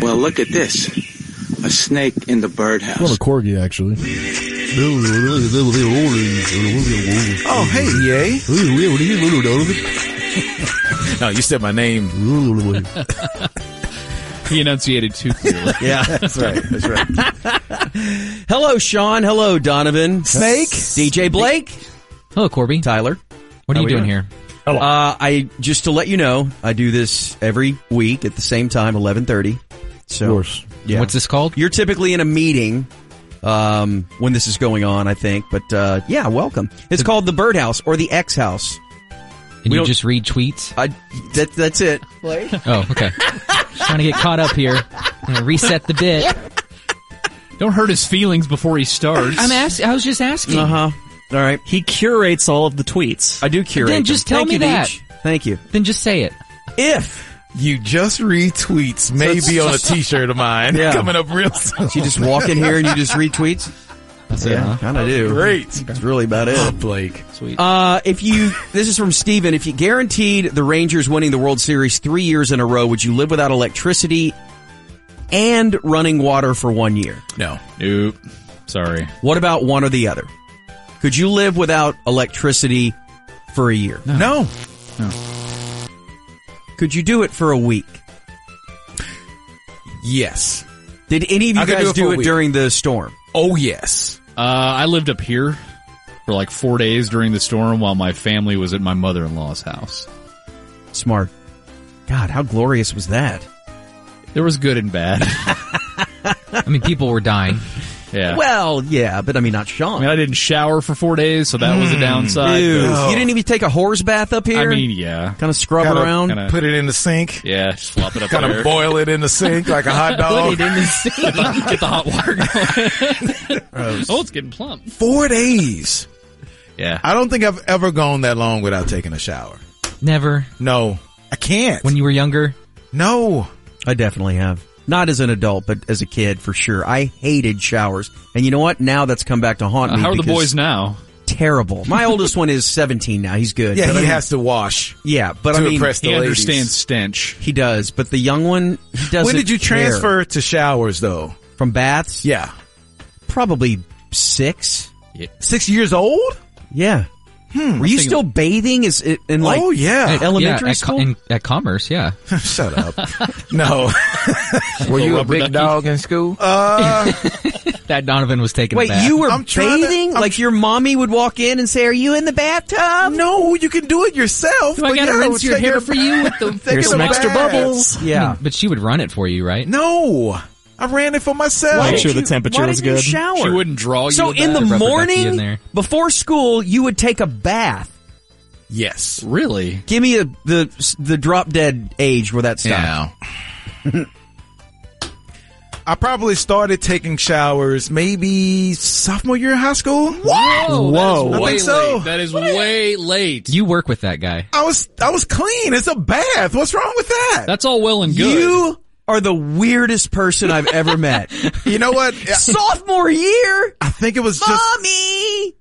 Well, look at this. A snake in the birdhouse. Well, a corgi actually. Oh, hey, yay. No, you said my name. He enunciated too clearly. Yeah, that's right. That's right. Hello, Sean. Hello, Donovan. Snake? DJ Blake. Hello, Corby. Tyler. What are How you we doing doing? here? Uh, I just to let you know, I do this every week at the same time, eleven thirty. So, Of course. yeah, What's this called? You're typically in a meeting um, when this is going on, I think. But uh, yeah, welcome. It's called the Birdhouse or the X House. And we you don't- just read tweets? I that that's it. Oh, okay. just trying to get caught up here. I'm gonna reset the bit. Don't hurt his feelings before he starts. I'm asking. I was just asking. Uh huh. All right, He curates all of the tweets. I do curate. Then them. just tell Thank me you, that. Deej. Thank you. Then just say it. If You just retweets maybe on a T-shirt of mine Yeah. coming up real soon. you just walk in here and you just retweets, That's it. yeah, huh? kind of do. Great, That's really about it. Blake. Sweet. Uh, if you, this is from Steven. If you guaranteed the Rangers winning the World Series three years in a row, would you live without electricity and running water for one year? No, Nope. Sorry. What about one or the other? Could you live without electricity for a year? no. Could you do it for a week? Yes. Did any of you I could guys do it for do a it week. during the storm? Oh yes. Uh, I lived up here for like four days during the storm while my family was at my mother-in-law's house. Smart. God, how glorious was that? There was good and bad. I mean, people were dying. yeah. Well, yeah, but I mean, not Sean. I mean, I didn't shower for four days, so that was Mm, a downside. Ew. but- You didn't even take a horse bath up here? I mean, yeah. kind of scrub Gotta- around? kinda- Put it in the sink. Yeah, just flop it up Gotta there. boil it in the sink like a hot dog. Get the- get the hot water going. oh, it's getting plump. Four days. Yeah. I don't think I've ever gone that long without taking a shower. Never. No, I can't. When you were younger. no. I definitely have. Not as an adult, but as a kid for sure. I hated showers. And you know what? Now that's come back to haunt Uh, me. how are the because- boys now? Terrible. My oldest one is 17 now. He's good. Yeah, but I he mean- has to wash Yeah, but I to mean, impress the He ladies. understands stench. he does. But the young one, he doesn't. When did you care. transfer to showers though? from baths? Yeah. Probably six. Six years old? Yeah. Were you still bathing? Is it in like Hmm. oh yeah. at elementary yeah, at, school? co- in, at commerce, yeah. Shut up. no. Were you a rubber big ducky? dog in school? Uh, That Donovan was taking Wait, a bath. you were I'm trying to- bathing? I'm like your mommy would walk in and say, "Are you in the bathtub?" no, you can do it yourself. Do I but gotta yeah, rinse your take hair a- for you with the- take Here's a some extra bath. bubbles. Yeah. But she would run it for you, right? No. I ran it for myself. Make sure the temperature why is didn't you good. shower? She wouldn't draw you. So a in bath. the Rubber ducky morning in there. before school, you would take a bath. Yes. really? Give me a, the the drop dead age where that stopped. I probably started taking showers maybe sophomore year in high school. What? Whoa, Whoa. I Way think so. late. Oh, That is way late. You work with that guy. I was I was clean. It's a bath. What's wrong with that? That's all well and good. You are the weirdest person I've ever met. you know what? Sophomore year, I think it was just mommy.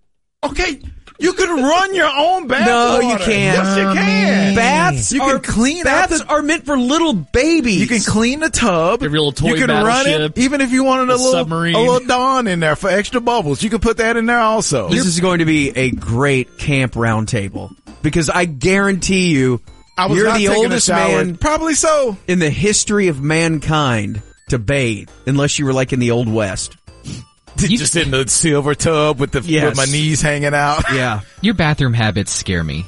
okay. You could run your own bath. No, you water. can't. Yes, you can. Baths You are, can clean out Baths the- are meant for little babies. You can clean the tub. Every little toy You can run battleship, it, even if you wanted a a little submarine. a little Dawn in there for extra bubbles. You could put that in there also. This is going to be a great camp roundtable because I guarantee you, I was you're not the taking oldest a shower. man Probably so. in the history of mankind to bathe, unless you were like in the old west. Just in the silver tub with the Yes. with my knees hanging out. Yeah. Your bathroom habits scare me.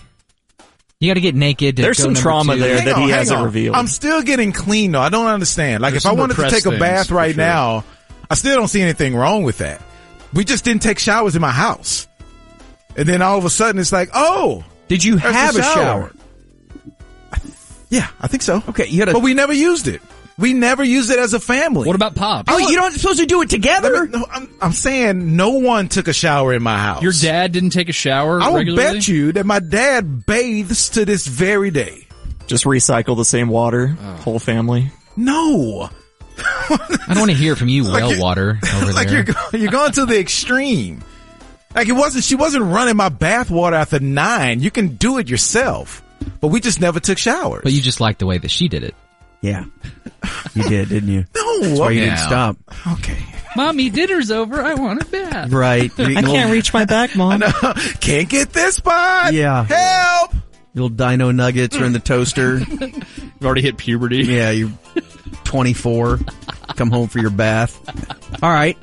You got to get naked. To There's go some number trauma two. there. Hang that he hang hasn't revealed. I'm still getting clean though. I don't understand. Like There's if I some wanted to repressed take a things, bath for right sure. now, I still don't see anything wrong with that. We just didn't take showers in my house. And then all of a sudden it's like, oh, Did you there's have the a shower? Yeah, I think so. Okay, you had a. But we never used it. We never used it as a family. What about Pop? oh, you're not supposed to do it together. Let me- no, I'm, I'm saying no one took a shower in my house. Your dad didn't take a shower I will regularly? bet you that my dad bathes to this very day. Just recycle the same water, whole family. No, I don't want to hear from you, well you- water over like there. you're go- you're going to the extreme. Like it wasn't. She wasn't running my bathwater after nine. You can do it yourself. But we just never took showers. but you just like the way that she did it. Yeah. You did, didn't you? No. That's why you didn't No. stop. Okay. Mommy, dinner's over. I want a bath. Right. You're eating I can't little, reach my back, mom. Can't get this part. Yeah. Help. little dino nuggets are in the toaster. You've already hit puberty. yeah, you're 24. Come home for your bath. All right.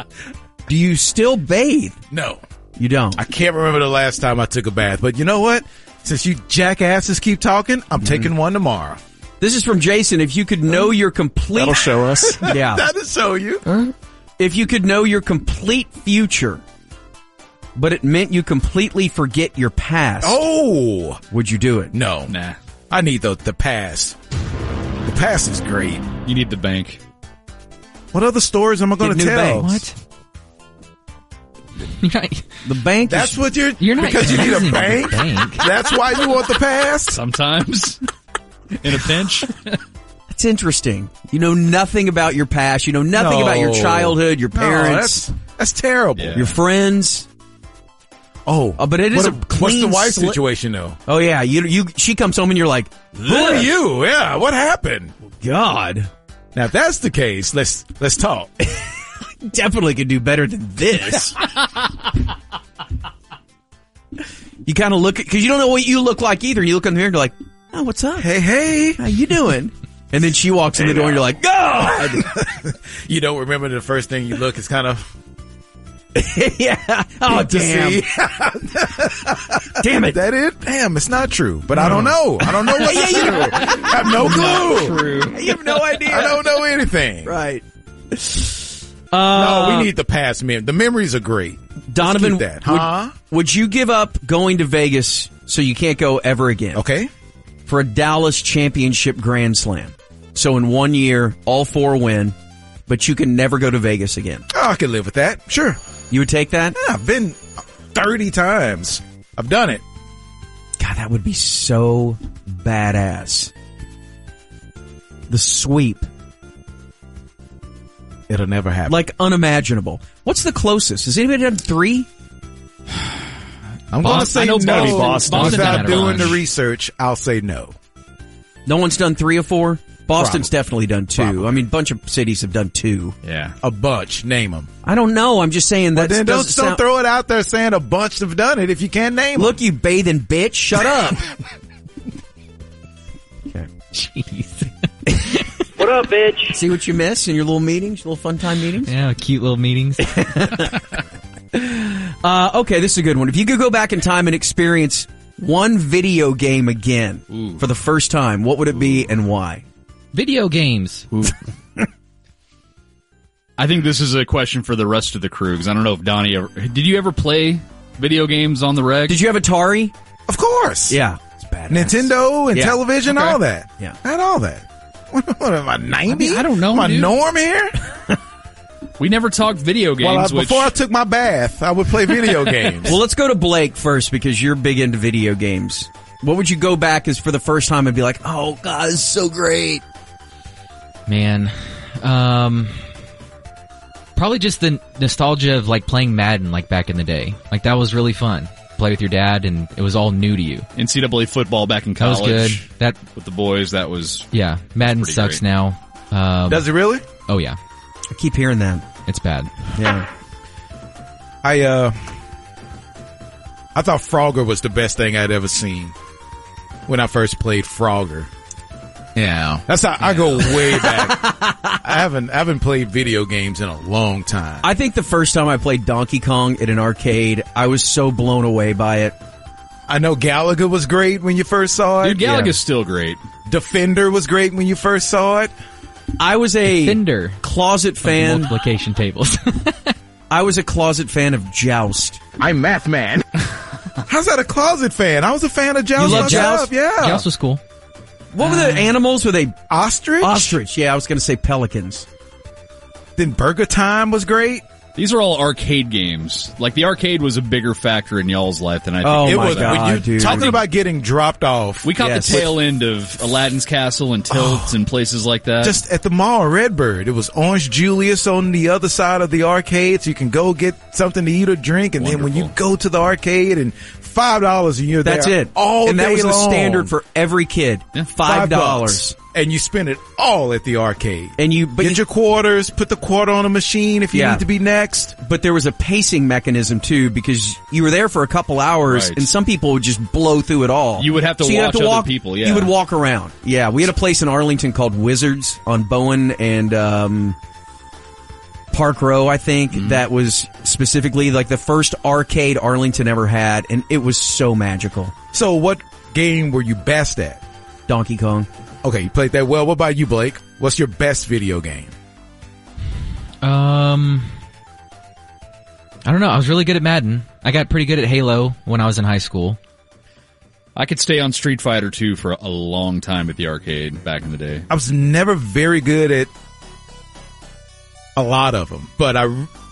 Do you still bathe? No. You don't. I can't remember the last time I took a bath, but you know what? Since you jackasses keep talking, Mm-hmm. I'm taking one tomorrow. This is from Jason. If you could know your complete That'll show us. Yeah. That'll show you. If you could know your complete future, but it meant you completely forget your past, Oh would you do it? no, Nah. I need the the past. The past is great. You need the bank. What other stories am I going Get to new tell? banks. What? You're not. The bank That's is what you're. You're not because you need using a the bank. bank. That's why you want the past. Sometimes. In a pinch. It's interesting. You know nothing about your past. You know nothing No. about your childhood, your No, parents, that's that's terrible. Yeah. your friends. Oh, Oh, but it is what a what's the clean wife sli- situation though? Oh yeah, you you. She comes home and you're like, Who are you? Yeah, what happened? God, Now, if that's the case, let's let's talk. definitely could do better than this. you kind of look at because you don't know what you look like either. You look in the mirror and you're like, oh, what's up? hey, hey, How you doing? And then she walks in the door and you're like, God, you don't remember the first thing you look? It's kind of yeah, oh to damn, see. damn it. that it? Damn, it's not true. But I don't know. I don't know what's true. I have no clue. You have no idea. I don't know anything. Right. no, we need the past mem. The memories are great. Donovan, Keep that, would- huh? Would, you give up going to Vegas so you can't go ever again Okay. for a Dallas Championship Grand Slam? So in one year, all four win, but you can never go to Vegas again. Oh, I can live with that. Sure. You would take that? Yeah, I've been thirty times. I've done it. God, that would be so badass. The sweep, It'll never happen. like unimaginable. What's the closest? Has anybody done three? Boston- I'm going to say I know Boston- no. Boston Without had it doing wrong. the research, I'll say no. No one's done three or four. Boston's definitely done two. Probably. I mean, bunch of cities have done two. Yeah. A bunch. Name them. I don't know. I'm just saying that. But then don't, don't throw it out there saying a bunch have done it if you can't name 'em. Look, you bathing bitch, shut up. Jeez. See what you miss in your little meetings, your little fun time meetings? Yeah, cute little meetings. Uh, okay, this is a good one. If you could go back in time and experience one video game again for the first time, what would it be and why? Video games. I think this is a question for the rest of the crew because I don't know if Donnie ever. Did you ever play video games on the reg? Did you have Atari? Of course. Yeah. It's bad. Nintendo and Yeah. television, all that. Yeah. And all that. What, what am I, 90? I don't know, My dude. norm here? we never talked video games. Well, I, which, before I took my bath, I would play video games. Well, let's go to Blake first because you're big into video games. What would you go back as for the first time and be like, oh, God, it's so great? Man, um, probably just the nostalgia of like playing Madden like back in the day. Like that was really fun. Play with your dad, and it was all new to you. NCAA football back in That was college good. That with the boys, that was yeah, Madden Pretty sucks great. now. Um, Does it really? oh yeah, I keep hearing that. it's bad. Yeah. I, uh, I thought Frogger was the best thing I'd ever seen when I first played Frogger. yeah. That's how I go way back. I haven't, I haven't played video games in a long time. I think the first time I played Donkey Kong at an arcade, I was so blown away by it. I know Galaga was great when you first saw it. Dude, Galaga's still great. Defender was great when you first saw it. I was a Fender closet fan. multiplication tables. I was a closet fan of Joust. I'm Math Man. How's that a closet fan? I was a fan of Joust. You love myself, Joust? Yeah. Joust was cool. What were the animals? Were they Ostrich? ostrich? Yeah, I was going to say pelicans. Then Burger Time was great. These are all arcade games. Like the arcade was a bigger factor in y'all's life than I think. Oh it my was. God. when you dude. talking about getting dropped off. We caught Yes. Oh. the tail end of Aladdin's Castle and Tilt and places like that. just at the mall, Redbird. It was Orange Julius on the other side of the arcade, so you can go get something to eat or drink. And then when you Wonderful. go to the arcade and five dollars and you're That's there it. all and that day was the long. standard for every kid. Yeah. Five dollars. and you spend it all at the arcade. And you but get your quarters, put the quarter on a machine if you Yeah. need to be next. But there was a pacing mechanism too because you were there for a couple hours Right. and some people would just blow through it all. You would have to So you'd watch other walk, people, yeah. You would walk around. Yeah, we had a place in Arlington called Wizards on Bowen and um, Park Row, I think, Mm-hmm. that was specifically like the first arcade Arlington ever had and it was so magical. So what game were you best at? Donkey Kong. Okay, you played that well. What about you, Blake? What's your best video game? Um, I don't know. I was really good at Madden. I got pretty good at Halo when I was in high school. I could stay on Street Fighter 2 for a long time at the arcade back in the day. I was never very good at a lot of them, but I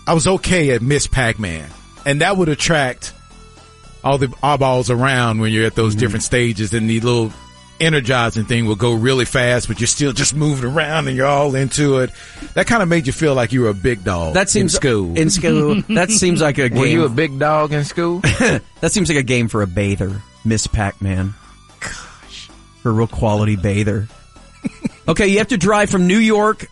I was okay at Miss Pac-Man, and that would attract all the eyeballs around when you're at those Mm-hmm. different stages, and the little energizing thing will go really fast, but you're still just moving around and you're all into it. That kind of made you feel like you were a big dog. That seems in school. In school, that seems like a game. Were you a big dog in school? That seems like a game for a bather, Miss Pac-Man. Gosh. For a real quality bather. okay, you have to drive from New York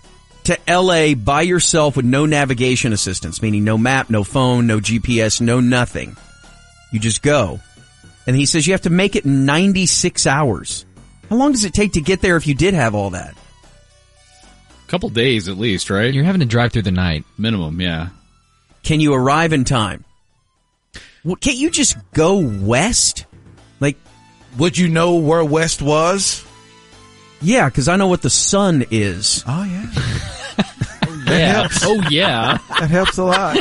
to LA by yourself with no navigation assistance, meaning no map, no phone, no GPS, no nothing. You just go. And he says you have to make it in 96 hours. How long does it take to get there if you did have all that? couple days at least, right? You're having to drive through the night. Minimum, yeah. Can you arrive in time? Well, can't you just go west? Like, would you know where West was? yeah, because I know what the sun is. Oh yeah, Yeah. oh yeah. that helps a lot.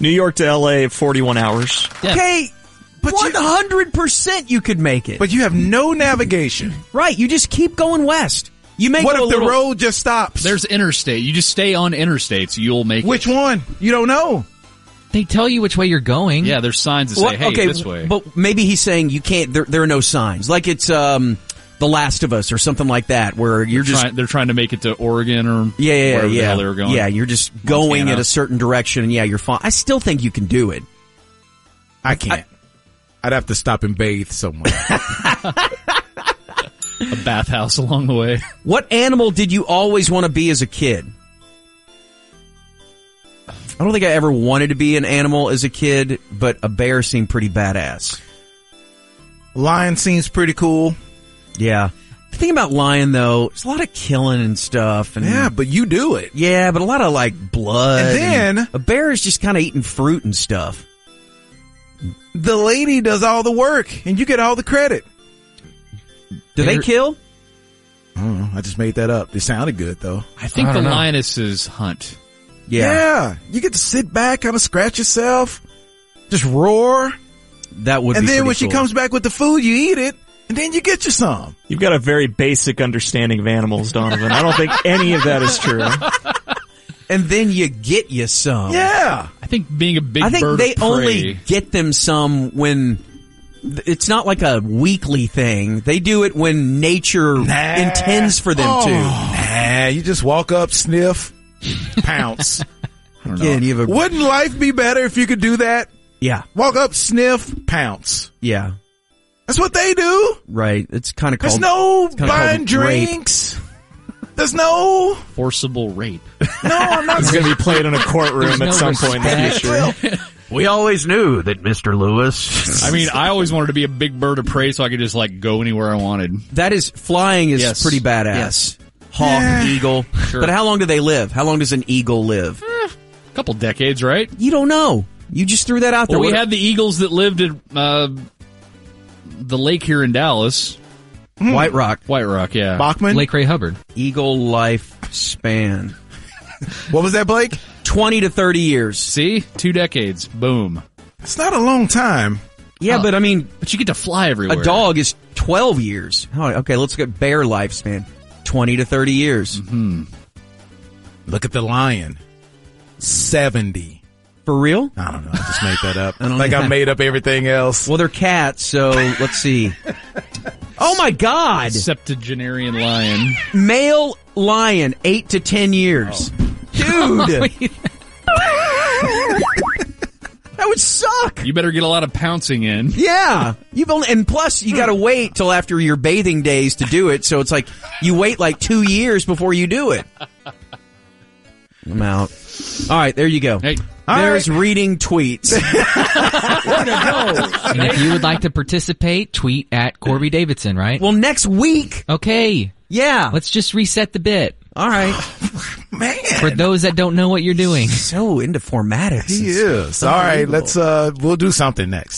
New York to LA, 41 hours. Okay, but one hundred percent you could make it. But you have no navigation. right, you just keep going west. You make what it if a the little- road just stops? There's interstate. You just stay on interstates. You'll make which one? You don't know. They tell you which way you're going. it. Yeah, there's signs that say, Well, "Hey, okay, this way." but maybe he's saying you can't. There, there are no signs, like it's um, The Last of Us or something like that, where you're just Try- they're trying to make it to Oregon or yeah, yeah, yeah, wherever yeah. the hell they were going. Yeah, you're just going Montana. in a certain direction, and yeah, you're fine. I still think you can do it. I can't. I, would have to stop and bathe somewhere. a bathhouse along the way. What animal did you always want to be as a kid? I don't think I ever wanted to be an animal as a kid, but a bear seemed pretty badass. Lion seems pretty cool. Yeah. The thing about lion though, there's a lot of killing and stuff, and Yeah, but you do it. yeah, but a lot of like blood. And then- a bear is just kind of eating fruit and stuff. The lady does all the work and you get all the credit. Do they Bear- kill? I don't know. I just made that up. It sounded good though. I think I the don't know. lionesses hunt. You get to sit back, kind of scratch yourself, just roar. that would. be and then pretty when she cool. comes back with the food, you eat it and then you get you some. You've got a very basic understanding of animals, Donovan. I don't think any of that is true. and then you get you Oh. some. Yeah. I think being a big I think bird they of prey, only get them some when th- it's not like a weekly thing. They do it when nature intends for them Oh. to. Nah, you just walk up, sniff, pounce. I don't know. Again, you have a- Wouldn't life be better if you could do that? yeah, Walk up, sniff, pounce. yeah, That's what they do. right. It's kind of There's called no kinda called buying rape. drinks. There's no. forcible rape. No, I'm not. It's going to be played in a courtroom There's no at some point in the respect. future. We always knew that Mr. Lewis. I mean, I always wanted to be a big bird of prey so I could just like go anywhere I wanted. That is flying is Yes. pretty badass. Yes. Hawk, Yeah. eagle. Sure. But how long do they live? How long does an eagle live? A couple decades, right? You don't know. You just threw that out there. Well, we What- had the eagles that lived at uh, the lake here in Dallas, White Rock White Rock. Yeah, Bachman. Lake Ray Hubbard. eagle life span What was that, Blake? twenty to thirty years. see, two decades, boom. It's not a long time. Yeah, Oh. but I mean, But you get to fly everywhere. a dog is twelve years. Oh, okay, let's get bear lifespan twenty to thirty years Look at the lion. 70. for real. I don't know. I just made that up. don't like know. I made up everything else. Well, they're cats, so let's see. Oh my God! septuagenarian lion. Male lion, eight Oh. to ten years. Dude, That would suck. You better get a lot of pouncing in. Yeah, you've only, and plus you got to wait till after your bathing days to do it. So it's like you wait like two years before you do it. I'm out. All right, there you go. Hey, There's reading tweets. And if you would like to participate, tweet at Corby Davidson, right? well, next week. Okay, Yeah. let's just reset the bit All right. for those that don't know what you're doing. So into formatics. He is. All right, let's uh we'll do something next.